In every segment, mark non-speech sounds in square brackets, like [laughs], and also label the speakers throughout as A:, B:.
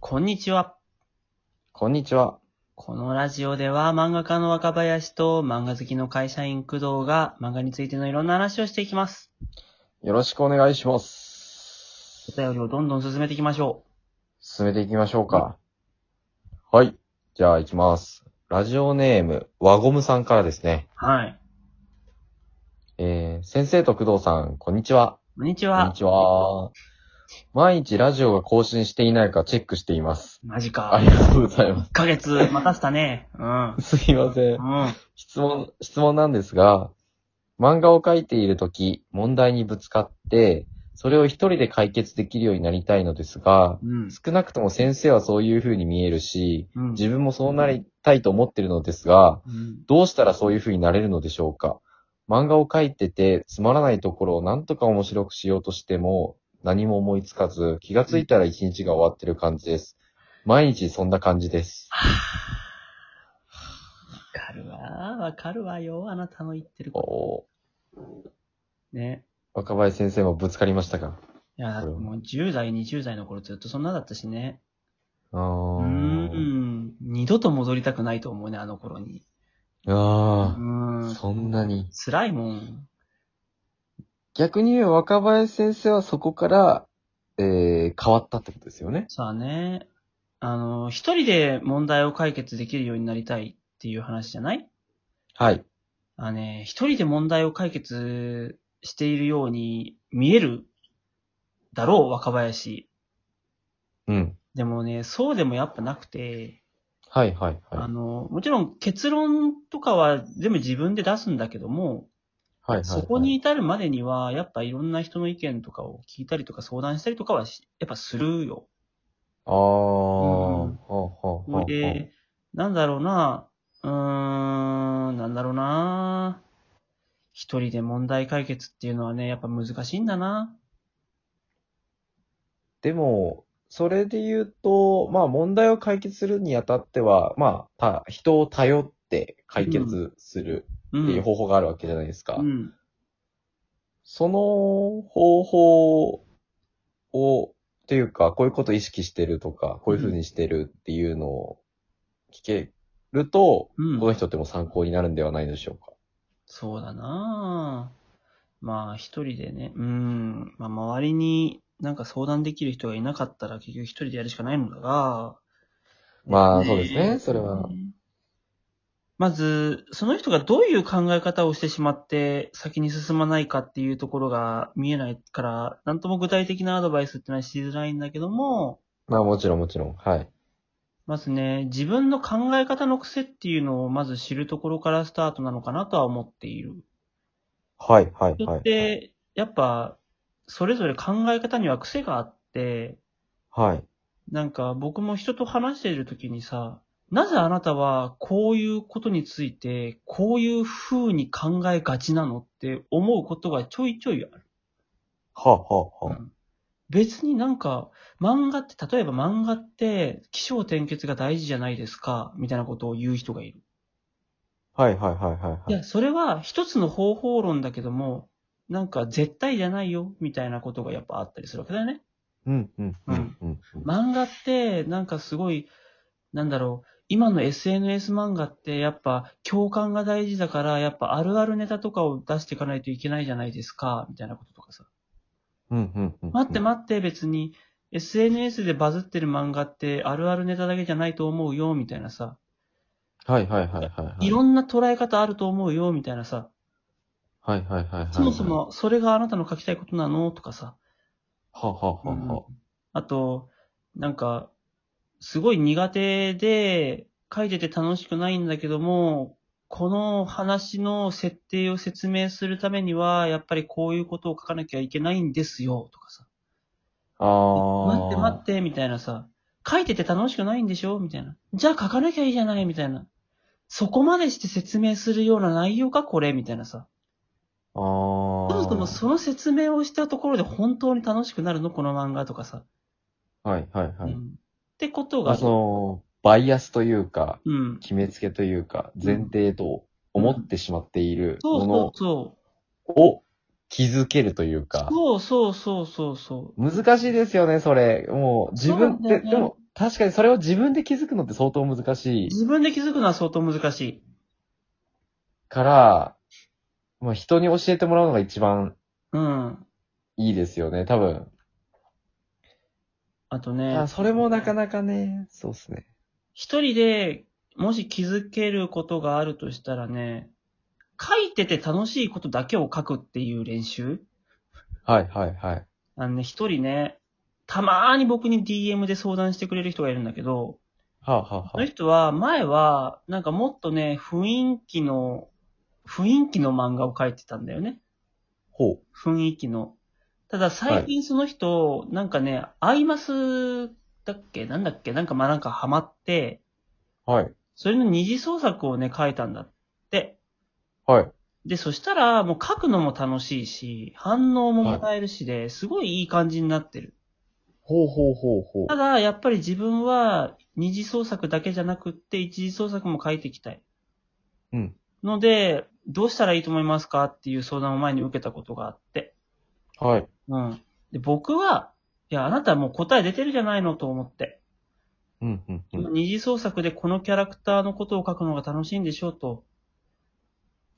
A: こんにちは。
B: こんにちは。
A: このラジオでは漫画家の若林と漫画好きの会社員工藤が漫画についてのいろんな話をしていきます。
B: よろしくお願いします
A: お。便りをどんどん進めていきましょ
B: 進めていきましょうか。はい。じゃあ行きます。ラジオネーム、輪ゴムさんからですね
A: う。。はい。
B: えー、先生と工藤さん、こんにちは。
A: こんにち
B: こん
A: は
B: に。ちは。毎日ラジオが更新していないかチェックしています。
A: マジ
B: あ
A: か
B: り。がとうございま
A: 1ヶ月待たせたね。うん。
B: す。すいません
A: う。ん。
B: 質問、質問なんですが、漫画を描いているとき、問題にぶつかって、それを一人で解決できるようになりたいのですが、
A: うん。
B: 少なくとも先生はそういう風に見えるし、
A: うん。
B: 自分もそうなりたいと思ってるのですが、
A: うん
B: どうしたらそういう風になれるのでしょうか漫画を描いてて、つまらないところをなんとか面白くしようとしても、何も思いつかず、気がついたら一日が終わってる感じです。毎日そんな感じです。
A: わかるわ。わかるわよ。あなたの言ってるこ
B: おー
A: と。ね。
B: 若林先生もぶつかりましたか
A: いや、だってもう10代、20代の頃ずっとそんなだったしね。
B: う
A: うーん。二度と戻りたくないと思うね、あの頃に。う
B: ああ、
A: ん。
B: そんなに。
A: 辛いもん。
B: 逆に言えば若林先生はそこから、えー、変わったってことですよね。
A: さあね、あの、一人で問題を解決できるようになりたいっていう話じゃない
B: はい。
A: あのね、一人で問題を解決しているように見えるだろう、若林。
B: うん。
A: でもね、そうでもやっぱなくて、
B: はいはい
A: あ
B: はい。
A: の、もちろん結論とかは全部自分で出すんだけども、
B: はいはい、はい。
A: そこに、至るまでには、やっぱいろんな人の意見とかを聞いたりとか相談したりとかはし、やっぱするよ。
B: ああ、ほ
A: うん
B: うほうほ
A: こ
B: うほ
A: れ、なんだろうな、うーん、なんだろうな。一人で問題解決っていうのはね、やっぱ難しいんだな。
B: でも、それで言うと、まあ問題を解決するにあたっては、まあ、た人を頼って解決する
A: う
B: っ
A: ん。
B: ていう方法があるわけじゃないですか。
A: うん。
B: その方法を、というか、こういうこと意識してるとか、こういう風にしてるっていうのを聞けると、
A: うん
B: この人っても参考になるんではないでしょうか。
A: そうだな。まあ、一人でね、うん。まあ、周りになんか相談できる人がいなかったら結局一人でやるしかないのだが。
B: まあそうですねそれは。
A: まず、その人がどういう考え方をしてしまって先に進まないかっていうところが見えないから、なんとも具体的なアドバイスってのはしづらいんだけども、
B: まあもちろんもちろん。はい。
A: まずね、自分の考え方の癖っていうのをまず知るところからスタートなのかなとは思っている。
B: はい、はい、
A: 人
B: は
A: っ
B: い。
A: て、やっぱ、それぞれ考え方には癖があって、
B: はい。
A: なんか僕も人と話しているときにさ、なぜあなたはこういうことについて、こういう風に考えがちなのって思うことがちょいちょいある。
B: はあ、はあ、はあ。
A: 別になんか、漫画って、例えば漫画って、気象転結が大事じゃないですか、みたいなことを言う人がいる。
B: はい、はい、はい、はい
A: い
B: はい。
A: や、それは一つの方法論だけども、なんか絶対じゃないよ、みたいなことがやっぱあったりするわけだよね。
B: うん、うん、うん、うん。
A: 漫画って、なんかすごい、なんだろう、今の SNS 漫画ってやっぱ共感が大事だから、やっぱあるあるネタとかを出していかないといけないじゃないですか、みたいなこととかさ。
B: うん、うん、うん。
A: 待って待って、別に SNS でバズってる漫画ってあるあるネタだけじゃないと思うよ、みたいなさ。
B: はい、はい、はい、はい。
A: いろんな捉え方あると思うよ、みたいなさ。
B: はい、はい、はい、はい。
A: そもそ。もそれがあなたの書きたいことなのとかさ。
B: はあ、はあ、はあ、は
A: あと、なんか、すごい苦手で、書いてて楽しくないんだけども、この話の設定を説明するためには、やっぱりこういうことを書かなきゃいけないんですよ、とかさ。
B: あ。ああ。
A: 待って待って、みたいなさ。書いてて楽しくないんでしょみたいな。じゃあ書かなきゃいいじゃない、みたいな。そこまでして説明するような内容か、これ、みたいなさ。
B: あ
A: そもそも
B: ー
A: その説明をしたところで本当に楽しくなるのこの漫画とかさ。
B: はい、はい、は
A: う
B: い
A: ん。ってこと
B: まあ、
A: が、
B: その、バイアスというか、
A: うん。
B: 決めつけというか、前提と思ってしまっている
A: そうそ
B: も
A: うそう。
B: のを気づけるというか、
A: そうそうそうそうそう。
B: 難しいですよね、それ。もう、自分っ
A: そうな
B: て、
A: んだよね
B: でも、確かにそれを自分で気づくのって相当難しい
A: 自分で気づくのは相当難しい。
B: から、まあ人に教えてもらうのが一番
A: うん。
B: いいですよね、多分。
A: あとね。
B: あそれもなかなかね、そうですね。
A: 一人で、もし気づけることがあるとしたらね、書いてて楽しいことだけを書くっていう練習
B: はいはいはい。
A: あのね、一人ね、たまーに僕に DM で相談してくれる人がいるんだけど、
B: はあ、はあ
A: そ
B: は
A: の人は前は、なんかもっとね、雰囲気の、雰囲気の漫画を描いてたんだよね。
B: ほう。
A: 雰囲気の。ただ最近その人、なんかね、アイマスだっけなんだっけなんかまあなんかハマって、
B: はい。
A: それの二次創作をね、書いたんだって。
B: はい。
A: で、そしたら、もう書くのも楽しいし、反応ももらえるしで、すごいいい感じになってる。
B: ほうほうほうほ
A: ただ、やっぱり自分は、二次創作だけじゃなくって、一次創作も書いていきたい。
B: うん。
A: ので、どうしたらいいと思いますかっていう相談を前に受けたことがあって。
B: う。はい。
A: うん。で、僕は、いや、あなたもう答え出てるじゃないのと思って。
B: うんうんうん。
A: 二次創作でこのキャラクターのことを書くのが楽しいんでしょうと。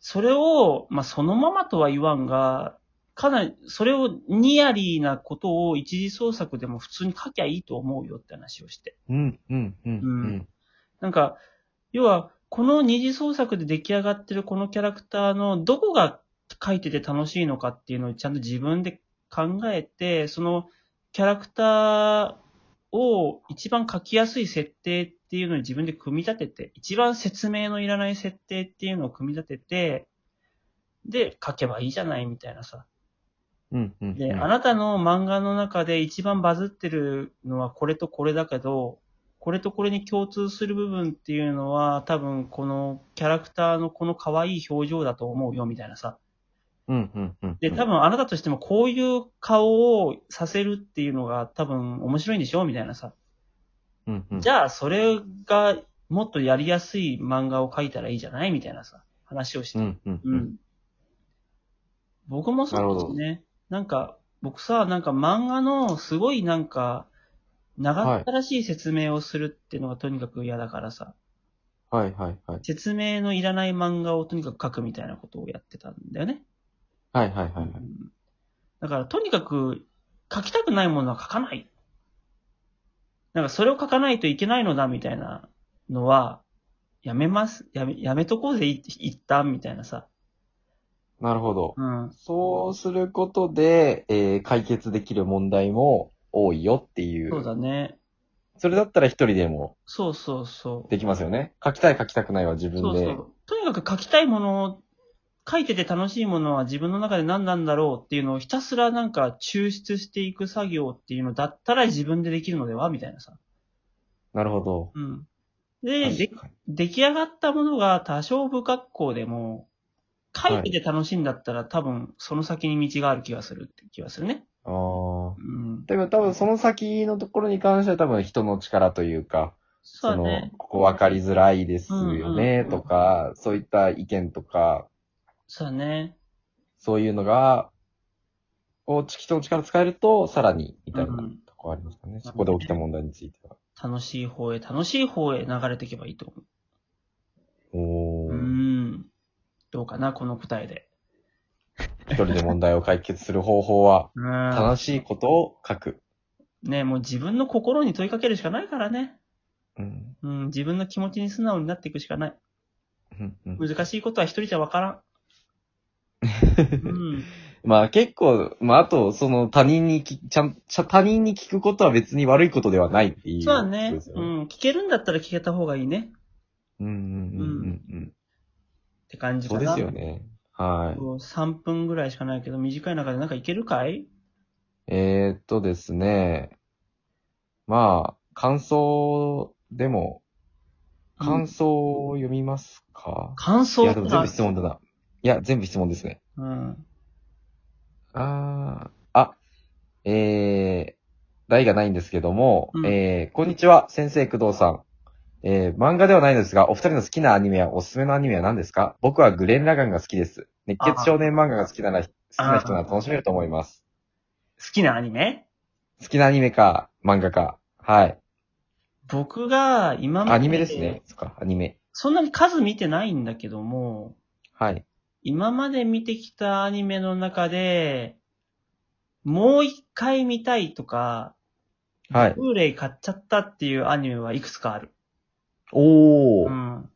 A: それを、まあ、そのままとは言わんが、かなり、それをニアリーなことを一次創作でも普通に書きゃいいと思うよって話をして。
B: うんうんうんうん。
A: なんか、要は、この二次創作で出来上がってるこのキャラクターのどこが書いてて楽しいのかっていうのをちゃんと自分で考えて、そのキャラクターを一番書きやすい設定っていうのを自分で組み立てて、一番説明のいらない設定っていうのを組み立てて、で、書けばいいじゃないみたいなさ。
B: うんうんうん。
A: で、あなたの漫画の中で一番バズってるのはこれとこれだけど、これとこれに共通する部分っていうのは多分このキャラクターのこの可愛い表情だと思うよみたいなさ。
B: うんうんうん。
A: で、多分あなたとしてもこういう顔をさせるっていうのが多分面白いんでしょみたいなさ。
B: うんうん。
A: じゃあそれがもっとやりやすい漫画を描いたらいいじゃないみたいなさ。話をして
B: う。んうん
A: う
B: うん。
A: ん。僕もそうですね。なんか、僕さ、なんか漫画のすごいなんか、長ったらしい説明をするっていうのがとにかく嫌だからさ、
B: はいはいはい。
A: 説明のいらない漫画をとにかく書くみたいなことをやってたんだよね。
B: はいはいはいは
A: う
B: い。
A: んだからとにかく書きたくないものは書かない。なんかそれを書かないといけないのだみたいなのは、やめます、やめ、やめとこうぜ、い一旦みたいなさ。
B: なるほど。
A: うん。
B: そうすることで、えー解決できる問題も多いよっていう。
A: そうだね。
B: それだったら一人でも
A: そうそうそう。
B: できますよね。書きたい書きたくないは自分
A: そうそ
B: で。
A: う。とにかく書きたいものを、書いてて楽しいものは自分の中で何なんだろうっていうのをひたすらなんか抽出していく作業っていうのだったら自分でできるのではみたいなさ。
B: なるほど。
A: うん。で、で
B: 確かに
A: 出来上がったものが多少不格好でも、書いてて楽しいんだったら、多分その先に道がある気がするって気がするね。
B: ああ。
A: うん。
B: だけど多分その先のところに関しては多分人の力というか、
A: そうだ
B: その
A: ね、。
B: ここ分かりづらいですよ
A: うんうんう
B: ね
A: ん
B: とか、そういった意見とか、
A: そうだね。
B: そういうのが、こう、人の力使えると、さらに、みたいな
A: うん
B: とこありますかね。そこで起きた問題については。
A: 楽しい方へ、楽しい方へ流れていけばいいと思う。
B: お
A: う
B: ー。
A: ん。どうかな、この答えで。
B: 一人で問題を解決する方法は、
A: うん。
B: 楽しいことを書く。
A: ね、もう自分の心に問いかけるしかないからね。
B: うん。
A: うん、自分の気持ちに素直になっていくしかない。
B: うんうん
A: 難しいことは一人じゃわからん。
B: [laughs]
A: うん。
B: まあ結構、まああと、その他人にき、ちゃん、ちゃ他人に聞くことは別に悪いことではないっていう。
A: そうだね。
B: ですよ
A: う。ん。聞けるんだったら聞けた方がいいね。
B: うんうんうんうんうん。
A: って感じ
B: そ
A: か
B: う
A: な。
B: ですよね。はい。
A: そう3分ぐらいしかないけど、短い中でなんかいけるかい
B: えー、っとですね。まあ、感想でも、感想を読みますか、
A: 感
B: い
A: 想
B: や、でも全部質問だな。いや、全部質問ですね。
A: うん。
B: あー、あ、えー、題がないんですけども、
A: うん
B: えー、こんにちは、先生工藤さん。えー、漫画ではないのですが、お二人の好きなアニメやおすすめのアニメは何ですか僕はグレン・ラガンが好きです。熱血少年漫画が好きなら、好きな人なら楽しめると思います。
A: 好きなアニメ
B: 好きなアニメか、漫画か。はい。
A: 僕が今まで、
B: アニメですね。。そっか、アニメ。
A: そんなに数見てないんだけども、
B: はい。
A: 今まで見てきたアニメの中で、もう一回見たいとか、
B: はい。
A: ブーレイ買っちゃったっていうアニメはいくつかある。
B: お
A: う
B: ー。
A: ん。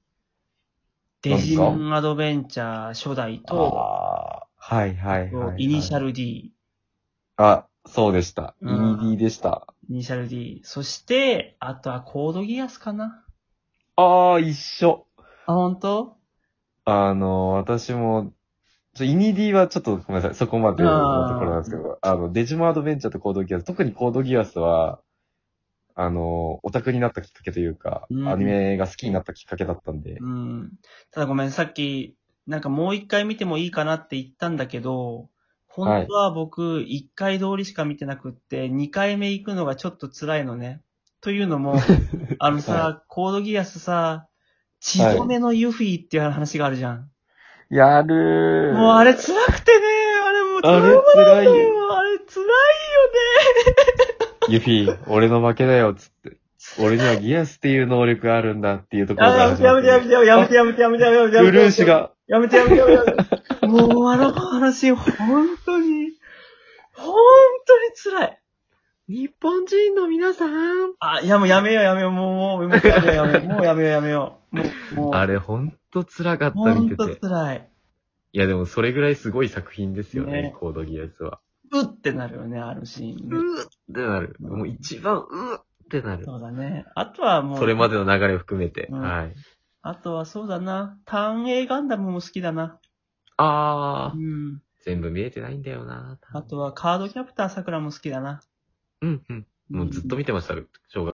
A: デジモンアドベンチャー初代と、
B: あーはいはいはい、はい。
A: イニシャ。ル D、
B: あ、そうでした。イ
A: うん
B: ニディでした。
A: イニシャル D。そして、あとはコードギアスかな。
B: ああ、一緒。
A: あ、本当？
B: あの、私も、ちょイニディはちょっとごめんなさい。そこまでのところなんですけど、あの、デジモンアドベンチャーとコードギアス、特にコードギアスは、あの、オタクになったきっかけというか、
A: うん
B: アニメが好きになったきっかけだったんで、
A: うん。ただごめん、さっき、なんかもう一回見てもいいかなって言ったんだけど、本当は僕、一回通りしか見てなくって、二回目行くのがちょっと辛いのね。というのも、あのさ、
B: は
A: コードギアスさ、血止めのユフィっていう話があるじゃん。
B: やるー。
A: もうあれ辛くてね、あれもう
B: あれ
A: 辛い
B: 辛い
A: よ。あれ辛いよ
B: ユフィ、俺の負けだよ、つって。俺にはギアスっていう能力があるんだっていうところ
A: ね。
B: が
A: やめてやめてやめてやめてやめてやめてやめてやめてやめてやめて。
B: ウルーシが、
A: やめてやめてやめてやめて。
B: [laughs]
A: もうあの話、本当に、本当に辛い。
B: 日本人の皆さん。
A: あ、いやもうやめようやめよう、もう、もう、もうやめようやめよう、もうやめようや
B: [laughs]
A: めよう。もう、もう、
B: あれ、ほんと辛かった、見
A: 本
B: て
A: 当
B: て。
A: 辛い。
B: いや、でもそれぐらいすごい作品ですよね、
A: ね
B: コードギアスは。
A: うってなるよね、あるシーンね。
B: うーってなる。もう一番うーってなる。
A: そうだね。あとはもう、
B: それまでの流れを含めて。
A: うん
B: はい。
A: あとはそうだな。単影ガンダムも好きだな。
B: あ
A: う
B: ー、
A: ん。
B: 全部見えてないんだよな。
A: あとはカードキャプター桜も好きだな。
B: うんうん。もうずっと見てました、小学